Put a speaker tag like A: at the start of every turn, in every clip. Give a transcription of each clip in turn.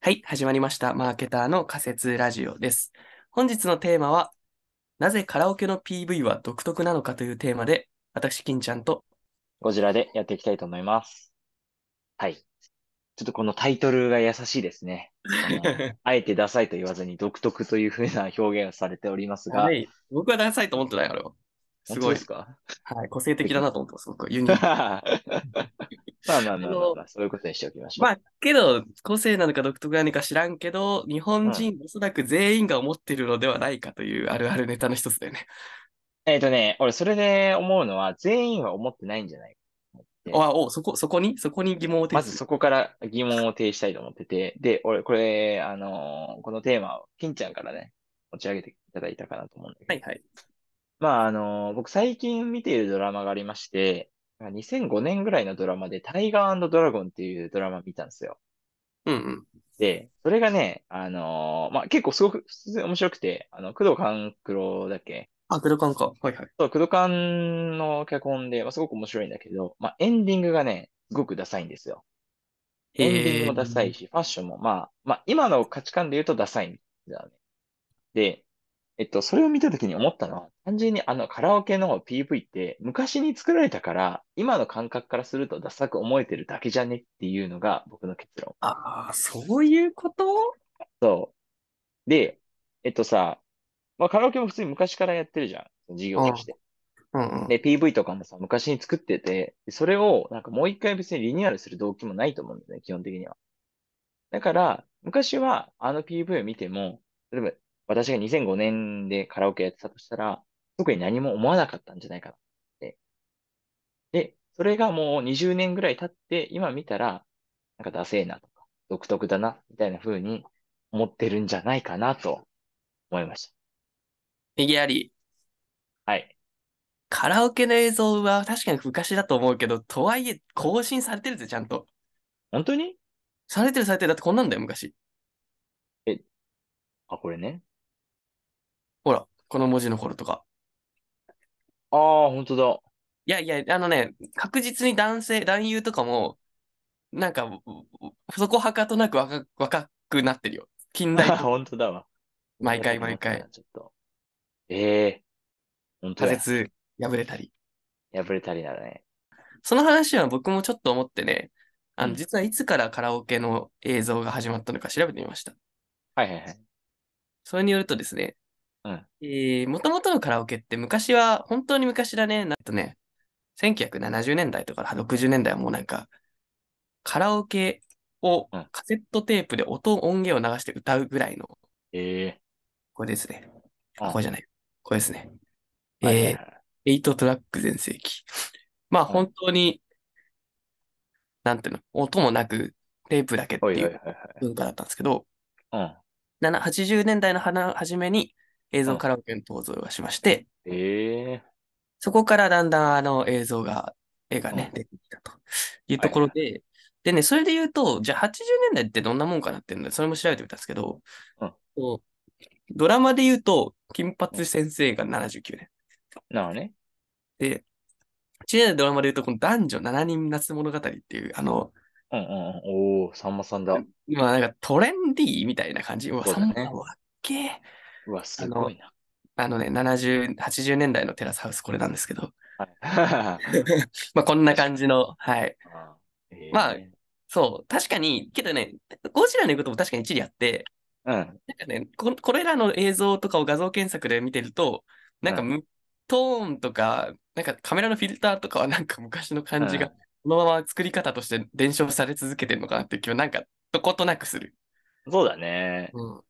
A: はい、始まりました。マーケターの仮説ラジオです。本日のテーマは、なぜカラオケの PV は独特なのかというテーマで、私、金ちゃんと、
B: ゴジラでやっていきたいと思います。はい。ちょっとこのタイトルが優しいですね。 あ,あえてダサいと言わずに独特というふうな表現をされておりますが。
A: はい。僕はダサいと思ってない、あれは。
B: すごい。です か
A: はい。個性的だなと思ってます、僕は。ユニーク。
B: まあまあまあまあ、そういうことにしておきましょ
A: う。まあ、けど、個性なのか独特なのか知らんけど、日本人、おそらく全員が思ってるのではないかというあるあるネタの一つだよね。
B: えっとね、俺、それで思うのは、全員は思ってないんじゃない
A: あおそこ、そこにそこに疑問を
B: まずそこから疑問を呈したいと思ってて、で、俺、これ、あのー、このテーマを、金ちゃんからね、持ち上げていただいたかなと思うんだけど。
A: はいはい。
B: まあ、あのー、僕最近見ているドラマがありまして、2005年ぐらいのドラマで、タイガードラゴンっていうドラマ見たんですよ。
A: うんうん。
B: で、それがね、あのー、まあ、結構すごく、面白くて、あの、工藤官九郎だっけ
A: あ、クドカンか。はいはい。
B: そう、クドカンの脚本で、まあ、すごく面白いんだけど、まあ、エンディングがね、すごくダサいんですよ。エンディングもダサいし、ファッションも、まあ、まあ、今の価値観で言うとダサいんだね。で、えっと、それを見たときに思ったのは、単純にあのカラオケの PV って昔に作られたから、今の感覚からするとダサく思えてるだけじゃねっていうのが僕の結論。
A: ああ、そういうこと
B: そう。で、えっとさ、まあ、カラオケも普通に昔からやってるじゃん。事業として。
A: うんうんうん、
B: で、PV とかもさ、昔に作ってて、それをなんかもう一回別にリニューアルする動機もないと思うんだよね、基本的には。だから、昔はあの PV を見ても、例えば私が2005年でカラオケやってたとしたら、特に何も思わなかったんじゃないかなって。で、それがもう20年ぐらい経って、今見たら、なんかダセえなとか、独特だな、みたいな風に思ってるんじゃないかなと思いました。
A: 右あり。
B: はい。
A: カラオケの映像は確かに昔だと思うけど、とはいえ更新されてるぜ、ちゃんと。
B: 本当に
A: されてるされてる。だってこんなんだよ、昔。
B: え、あ、これね。
A: ほら、この文字の頃とか。
B: ああ、本当だ。
A: いやいや、あのね、確実に男性、男優とかも、なんか、そこはかとなく若若くなってるよ。近代。
B: 本当だわ。
A: 毎回毎回。
B: ちょっと。え
A: ー、
B: え
A: 本当だ。仮説、破れたり。
B: 破れたりだね。
A: その話は僕もちょっと思ってね、あの、うん、実はいつからカラオケの映像が始まったのか調べてみました。
B: はいはいはい。
A: それによるとですね、
B: うん、
A: えー、もともとのカラオケって昔は、本当に昔だね、なんとね、1970年代とか60年代はもうなんか、カラオケをカセットテープで音、音源を流して歌うぐらいの。
B: えー、
A: これですね。あ、これじゃない。これですね。えー、8トラック全盛期。まあ本当に、なんていうの、音もなくテープだけっていう文化だったんですけど、
B: うん、
A: 80年代の初めに、映像カラオケの登場がしまして、
B: うん、えー、
A: そこからだんだんあの映像が、絵がね、うん、出てきたというところで、はい、でね、それで言うと、じゃあ80年代ってどんなもんかなっていうので、それも調べてみたんですけど、
B: うん、
A: ドラマで言うと、金髪先生が79年。
B: なのね。
A: で、1年代ドラマで言うと、この男女7人夏物語っていう、あの、
B: うんうん、おー、さんまさんだ。
A: 今なんかトレンディーみたいな感じ。うわ、うね、さんまさんわっけー。
B: うわ、すごいな。
A: あのね、70、80年代のテラスハウス、これなんですけど。
B: はい、
A: まあ、こんな感じの、はい。
B: あ
A: えー、 まあ、そう、確かに、けどね、ゴジラの言うことも確かに一理あって、
B: うん。
A: なんかねこ、これらの映像とかを画像検索で見てると、なんか、うん、トーンとか、なんかカメラのフィルターとかはなんか昔の感じが、このまま作り方として伝承され続けてるのかなっていう気は、なんか、どことなくする。
B: そうだね。
A: うん。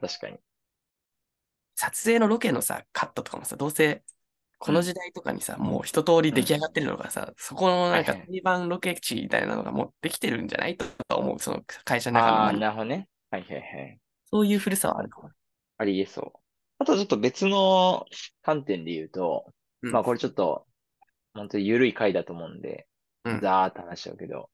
B: 確かに。
A: 撮影のロケのさ、カットとかもさ、どうせ、この時代とかにさ、うん、もう一通り出来上がってるのがさ、うん、そこのなんか定番ロケ地みたいなのがもうできてるんじゃないと思う、その会社の中の。
B: ああ、なるほどね。はいはいはい。
A: そういう古さはあるかも。
B: ありえそう。あとちょっと別の観点で言うと、うん、まあこれちょっと、本当に緩い回だと思うんで、ざーっと話しちゃうけど、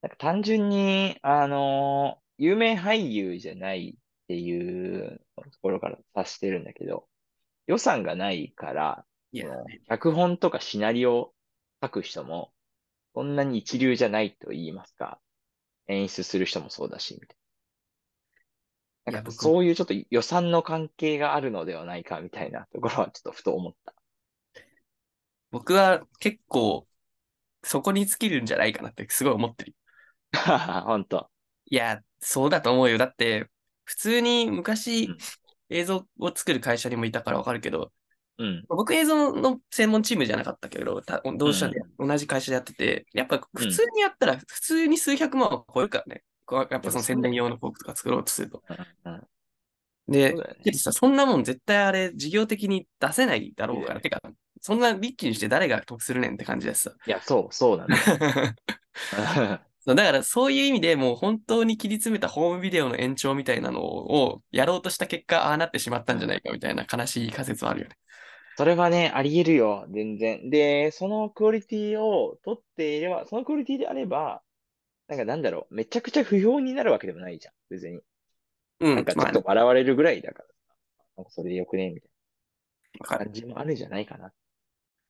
B: なんか単純に、あのー、有名俳優じゃないっていうところから達してるんだけど、予算がないから、
A: ね、
B: 脚本とかシナリオを書く人も、そんなに一流じゃないと言いますか、演出する人もそうだし、みたい
A: い
B: な
A: や
B: んか
A: 僕も
B: そういうちょっと予算の関係があるのではないかみたいなところはちょっとふと思った。
A: 僕は結構そこに尽きるんじゃないかなってすごい思ってる。
B: 本当。
A: いや、そうだと思うよ。だって、普通に昔
B: うん
A: 映像を作る会社にもいたからわかるけど、
B: うん。
A: 僕映像の専門チームじゃなかったけど、た同社で、同じ会社でやってて、やっぱ普通にやったら普通に数百万は超えるからね。こうやっぱその宣伝用の広告とか作ろうとすると。
B: うんうん
A: で
B: そう、だよね
A: けどさ、そんなもん絶対あれ事業的に出せないだろうから、てか、そんなリッキーにして誰が得するねんって感じですさ。
B: いや、そう、そうなんだ。
A: そうだからそういう意味でもう本当に切り詰めたホームビデオの延長みたいなのをやろうとした結果、ああなってしまったんじゃないかみたいな悲しい仮説はあるよね。
B: それはね、あり得るよ、全然。で、そのクオリティを取っていれば、そのクオリティであれば、なんかなんだろう、めちゃくちゃ不評になるわけでもないじゃん、別に。
A: うん、
B: なんかちょ
A: ま
B: っ
A: あ、
B: と
A: ね、
B: 笑われるぐらいだから、なんかそれでよくね、みたい
A: わか
B: な
A: る。
B: 感じもあるんじゃないかな。い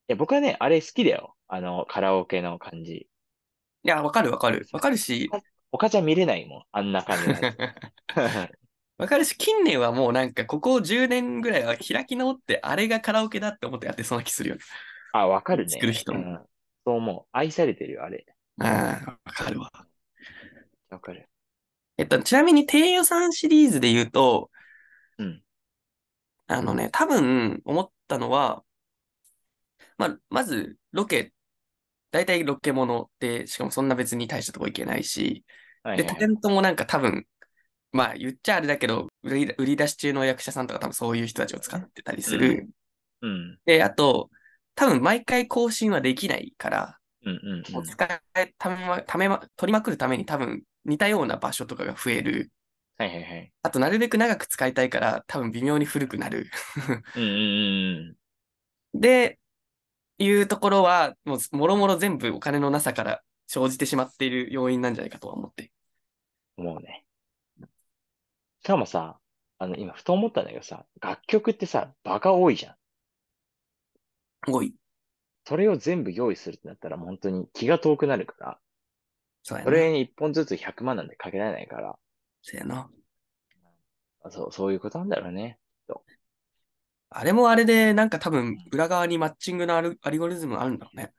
B: や、僕はね、あれ好きだよ。あの、カラオケの感じ。
A: いや、わかるわかる。わかるし、
B: 他じゃ見れないもん、あんな感じのや
A: わかるし、近年はもうなんかここ10年ぐらいは開き直って、あれがカラオケだって思ってやってそうな気するよね。
B: あ、わかるね。
A: 作る人
B: うん。そう思う。愛されてるよ、あれ。
A: うん、わかるわ。
B: わかる。
A: えっと、ちなみに低予算シリーズで言うと、
B: うん。
A: あのね、多分思ったのは、まあ、まずロケ、大体ロケもので、しかもそんな別に大したとこ行けないし、
B: はい
A: で、
B: はい
A: タ
B: は
A: レン
B: い。
A: トもなんか多分、まあ言っちゃあれだけど、売り売り出し中の役者さんとか多分そういう人たちを使ってたりする。
B: うん。
A: で、あと、多分毎回更新はできないから、
B: うんうん
A: お使い、ためま、ためま、取りまくるために多分似たような場所とかが増える。
B: はいはいはい。
A: あと、なるべく長く使いたいから、多分微妙に古くなる。
B: うんうんうん。
A: で、いうところは、もう、もろもろ全部お金のなさから生じてしまっている要因なんじゃないかとは思って。
B: もうね。しかもさ、あの、今、ふと思ったんだけどさ、楽曲ってさ、場が多いじゃん。
A: 多い。
B: それを全部用意するってなったら、本当に気が遠くなるから、
A: そうや
B: そ
A: な。
B: れに1本ずつ100万なんてかけられないから、
A: そうやな。
B: あそう、そういうことなんだろうね。
A: あれもあれで、なんか多分、裏側にマッチングのアルアルゴリズムがあるんだろうね。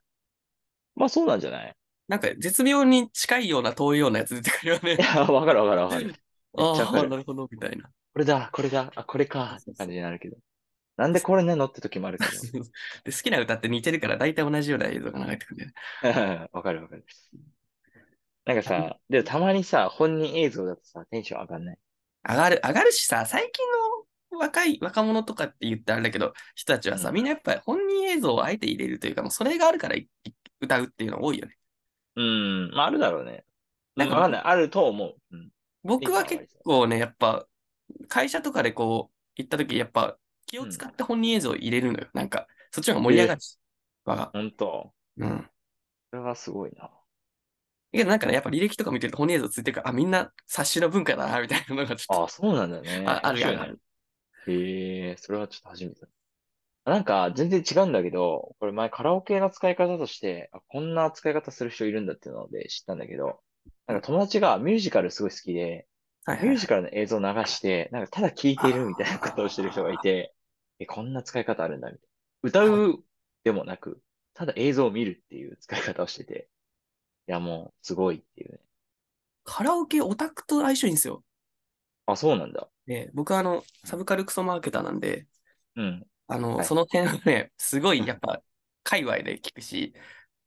B: まあそうなんじゃない
A: なんか、絶妙に近いような遠いようなやつ出て くるよね
B: い。や、わかるわかるわかる。めっちゃ
A: あ
B: わか
A: あ、
B: る
A: なるほど、みたいな。
B: これだ、これだ、あ、これか、って感じになるけど。なんでこれなのって時もあるけど。
A: で、好きな歌って似てるから、大体同じような映像が流れてくるんだよね。
B: わかるわかる。なんかさ、で、たまにさ、本人映像だとさ、テンション上がんない。
A: 上がる、上がるしさ、最近の若い、若者とかって言ってあれだけど、人たちはさ、
B: うん
A: みんなやっぱり本人映像をあえて入れるというか、もうそれがあるからいい歌うっていうの多いよね。
B: うん、まああるだろうね。なんか
A: うん
B: わかんない。あると思う。うん。
A: 僕は結構ね、やっぱ、会社とかでこう、行った時、やっぱ、気を使って本人映像を入れるのよ。なんか、そっちの方が盛り上がるし。わが。
B: ほんと。
A: うん。
B: それはすごいな。
A: けどなんかね、やっぱ履歴とか見てると本人映像ついてるから、あ、みんな冊子の文化だな、みたいなのがちょっ
B: あ、そうなんだね。
A: と、ああるや
B: 面白いね
A: ん。
B: へえ、それはちょっと初めてだ。なんか、全然違うんだけど、これ前カラオケの使い方として、あこんな使い方する人いるんだっていうので知ったんだけど、なんか友達がミュージカルすごい好きで、
A: はいはい
B: ミュージカルの映像を流して、なんかただ聴いているみたいなことをしてる人がい て、え、こんな使い方あるんだ、みたいな。歌うでもなく、ただ映像を見るっていう使い方をしてて、いや、もう、すごいっていうね。
A: カラオケオタクと相性いいんですよ。
B: あ、そうなんだ。
A: で、僕はあの、サブカルクソマーケターなんで、
B: うん。
A: あの、
B: はい
A: その辺はね、すごいやっ ぱ、界隈で聞くし、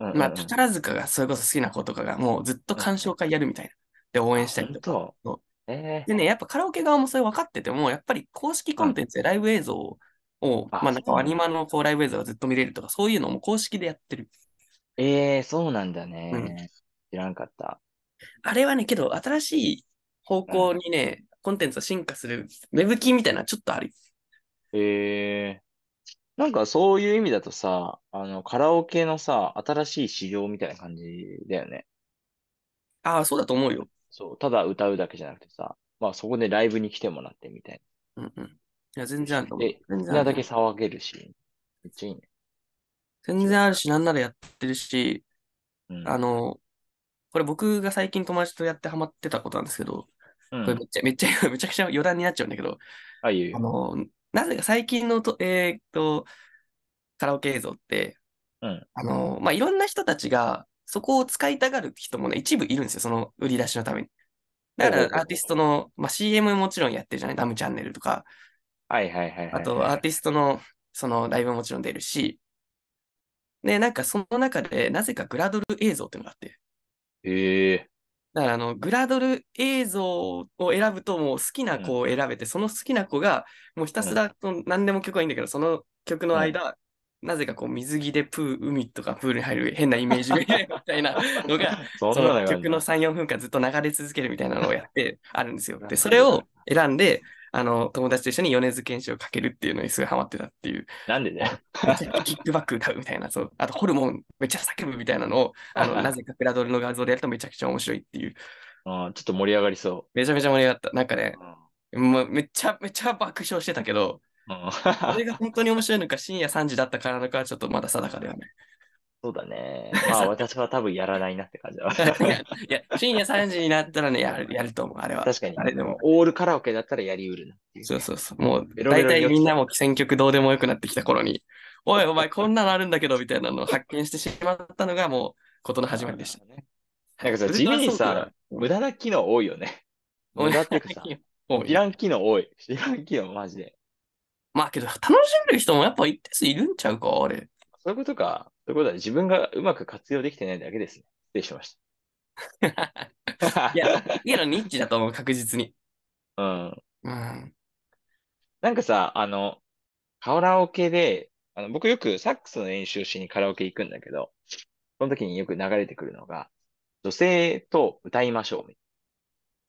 B: うんうん
A: まあ、
B: うん
A: 宝塚がそれこそ好きな子とかが、もうずっと鑑賞会やるみたいな。で、応援したりとか。
B: 本
A: そう
B: 当ええ
A: でね、やっぱカラオケ側もそれ分かってても、やっぱり公式コンテンツでライブ映像を、
B: あ
A: まあなん
B: そう
A: か
B: な
A: ア
B: んだ
A: ニマのこうライブ映像がずっと見れるとか、そういうのも公式でやってる。
B: ええそうなんだね。
A: うん
B: 知らんかった。
A: あれはね、けど新しい方向にね、コンテンツは進化する、ウェブキーみたいなのはちょっとある。
B: ええなんかそういう意味だとさ、あの、カラオケのさ、新しい市場みたいな感じだよね。
A: ああ、そうだと思うよ。
B: そう、ただ歌うだけじゃなくてさ、まあそこでライブに来てもらってみたい
A: うんうん。いや、全然あると
B: な。
A: 思う
B: で、。
A: 全
B: みん
A: 然あ
B: な
A: る
B: だけ騒げるし、めっちゃいいね。
A: 全然あるし、なんならやってるし、
B: うん。
A: あの、これ僕が最近友達とやってハマってたことなんですけど、
B: う
A: これ
B: ん
A: めっちゃ、めっちゃ、めち ゃくちゃ余談になっちゃうんだけど、
B: あ、いい
A: あ
B: よ。
A: の、なぜか最近のと、えーっと、カラオケ映像って、
B: うん
A: あの、まあ、いろんな人たちが、そこを使いたがる人もね、一部いるんですよ、その売り出しのために。だか
B: ほ
A: ら、
B: うほうほう
A: アーティストの、まあ、CM もちろんやってるじゃない、ダムチャンネルとか、
B: はいはいはいは
A: あ
B: い。
A: と、アーティストの、その、ライブももちろん出るし、で、なんか、その中で、なぜかグラドル映像っていうのがあって、
B: へえ。
A: だから、あの、グラドル映像を選ぶと、もう好きな子を選べて、その好きな子が、もうひたすら、その何でも曲はいいんだけど、その曲の間、なぜかこう、水着でプー、海とかプールに入る変なイメージみたい なのが、
B: そ
A: そ
B: んなの
A: の
B: があるん
A: 曲
B: だ
A: の3、4分間ずっと流れ続けるみたいなのをや ってあるんですよ。
B: なるほ
A: で、
B: ど
A: それを選んで、あの、友達と一緒に米津玄師をかけるっていうのにすごいハマってたっていう、
B: なんで だよ。
A: め ちゃくちゃキックバック歌うみたいな、そう、あとホルモンめっちゃ叫ぶみたいなのを、あ の、なぜかグラドルの画像でやるとめちゃくちゃ面白いっていう、
B: うんちょっと盛り上がりそ
A: めちゃめちゃ盛り上がった。なんかね
B: う。、うん
A: もうめっちゃめちゃ爆笑してたけど、
B: うん
A: あれが本当に面白いのか深夜3時だったからなのかはちょっとまだ定かではない。
B: そうだね。まあ私は多分やらないなって感じだわ
A: いや、いや深夜3時になったらね、やるやると思う、あれは。
B: 確かに
A: あれでも。
B: オールカラオケだったらやりうるなっていう。
A: そうそうそう。もう、
B: ベロベ
A: 大体
B: ロに酔っちゃう
A: みんなも選曲どうでもよくなってきた頃に、おいお前こんなのあるんだけど、みたいなのを発見してしまったのがもう、ことの始まりでした。
B: ね。なんかさ、
A: ウルト
B: 地
A: ラ
B: 味に
A: ソウルは
B: さ、無駄な機能多いよね。無駄っていうか さ、
A: 多い
B: いらん機能多い。いらん機能マジで。
A: まあけど、楽しんでる人もやっぱ一定数いるんちゃうか、あれ。
B: そういうことか。そういうことは自分がうまく活用できてないだけですね。失礼しました。
A: いや、いや、ニッチだと思う、確実に。
B: うん。
A: うん。
B: なんかさ、あの、カラオケで、あの、僕よくサックスの練習しにカラオケ行くんだけど、その時によく流れてくるのが、女性と歌いましょうみたいな。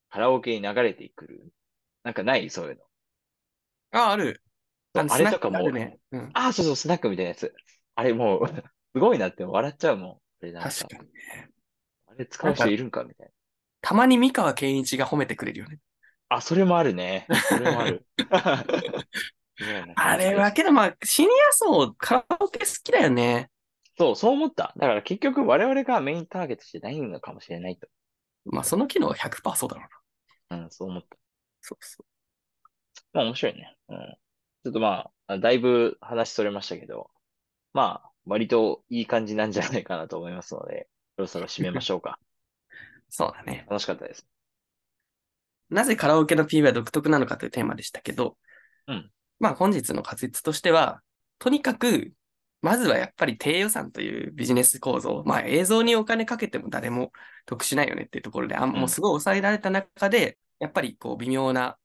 B: カラオケに流れてくる。なんかないそういうの。
A: あ、ある。
B: そう
A: の
B: あれと
A: スナ
B: か
A: ック
B: も
A: あるね。うん。
B: ああ、そうそう、スナックみたいなやつ。あれもう、 すごいなって笑っちゃうもん。あれなんか、
A: 確かにね。
B: あれ使う人いるんかみたい
A: たまに三河健一が褒めてくれるよね。
B: な。あ、それもあるね。それもある。
A: あれは、けどまあ、シニア層、カラオケ好きだよね。
B: そう、そう思った。だから結局我々がメインターゲットしてないのかもしれないと。
A: まあ、その機能は100%そうだろうな。
B: うん、そう思った。
A: そうそう。
B: まあ面白いね。うん。ちょっとまあ、だいぶ話それましたけど、まあ、割といい感じなんじゃないかなと思いますので、そろそろ締めましょう か。
A: そうだね。
B: 楽しかったです。
A: なぜカラオケの PV は独特なのかというテーマでしたけど、
B: うん
A: まあ本日の仮説としては、とにかく、まずはやっぱり低予算というビジネス構造、まあ映像にお金かけても誰も得しないよねっていうところで、あん
B: うん
A: もうすごい抑えられた中で、やっぱりこう微妙な、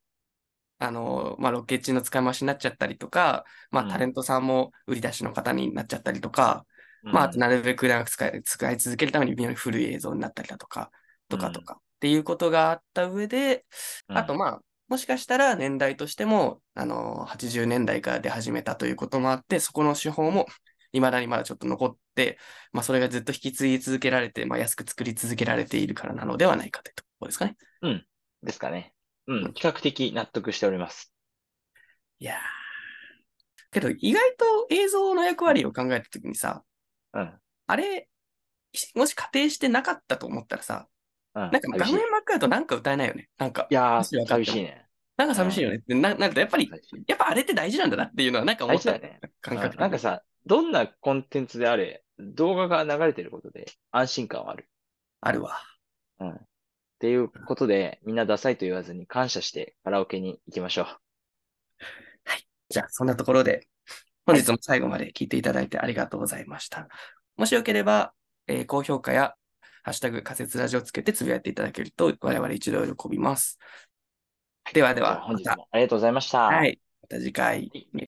A: あの、まあロケ地の使い回しになっちゃったりとか、ま
B: う
A: あ
B: ん
A: タレントさんも売り出しの方になっちゃったりとか、まああとなるべく長く使い使い続けるために微妙に古い映像になったりだとか、とかとかっていうことがあった上で、
B: うん、
A: あとまあ、もしかしたら年代としても、あのー、80年代から出始めたということもあって、そこの手法も未だにまだちょっと残って、まあそれがずっと引き継ぎ続けられて、まあ安く作り続けられているからなのではないかというところですかね。
B: ですかね。うん、比較的納得しております。
A: いやー。けど意外と映像の役割を考えたときにさ、
B: うん。
A: あれ、しもし仮定してなかったと思ったらさ、
B: うん、
A: なんか画
B: 寂しい
A: 面真っ暗だとなんか歌えないよね。なんか
B: い、や
A: 歌詞
B: ー、
A: 分かっても
B: 寂しいね。
A: なんか寂しいよねってななると、やっぱり、
B: 寂しい
A: やっぱあれって大事なんだなっていうのはなんか思
B: 大
A: っ
B: 事だ
A: た
B: よね。
A: 感
B: うん
A: 覚的に
B: なんかさ、どんなコンテンツであれ、動画が流れてることで安心感はある。
A: あるわ。
B: うん。っていうことで、みんなダサいと言わずに感謝してカラオケに行きましょう。
A: じゃあ、そんなところで、本日も最後まで聞いていただいてありがとうございました。もしよければ、えー高評価や、ハッシュタグ仮説ラジオをつけてつぶやいていただけると、我々一度喜びます。ではで
B: では
A: は、
B: 本
A: ま
B: 日
A: た、
B: もありがとうございました。
A: はい、また次回。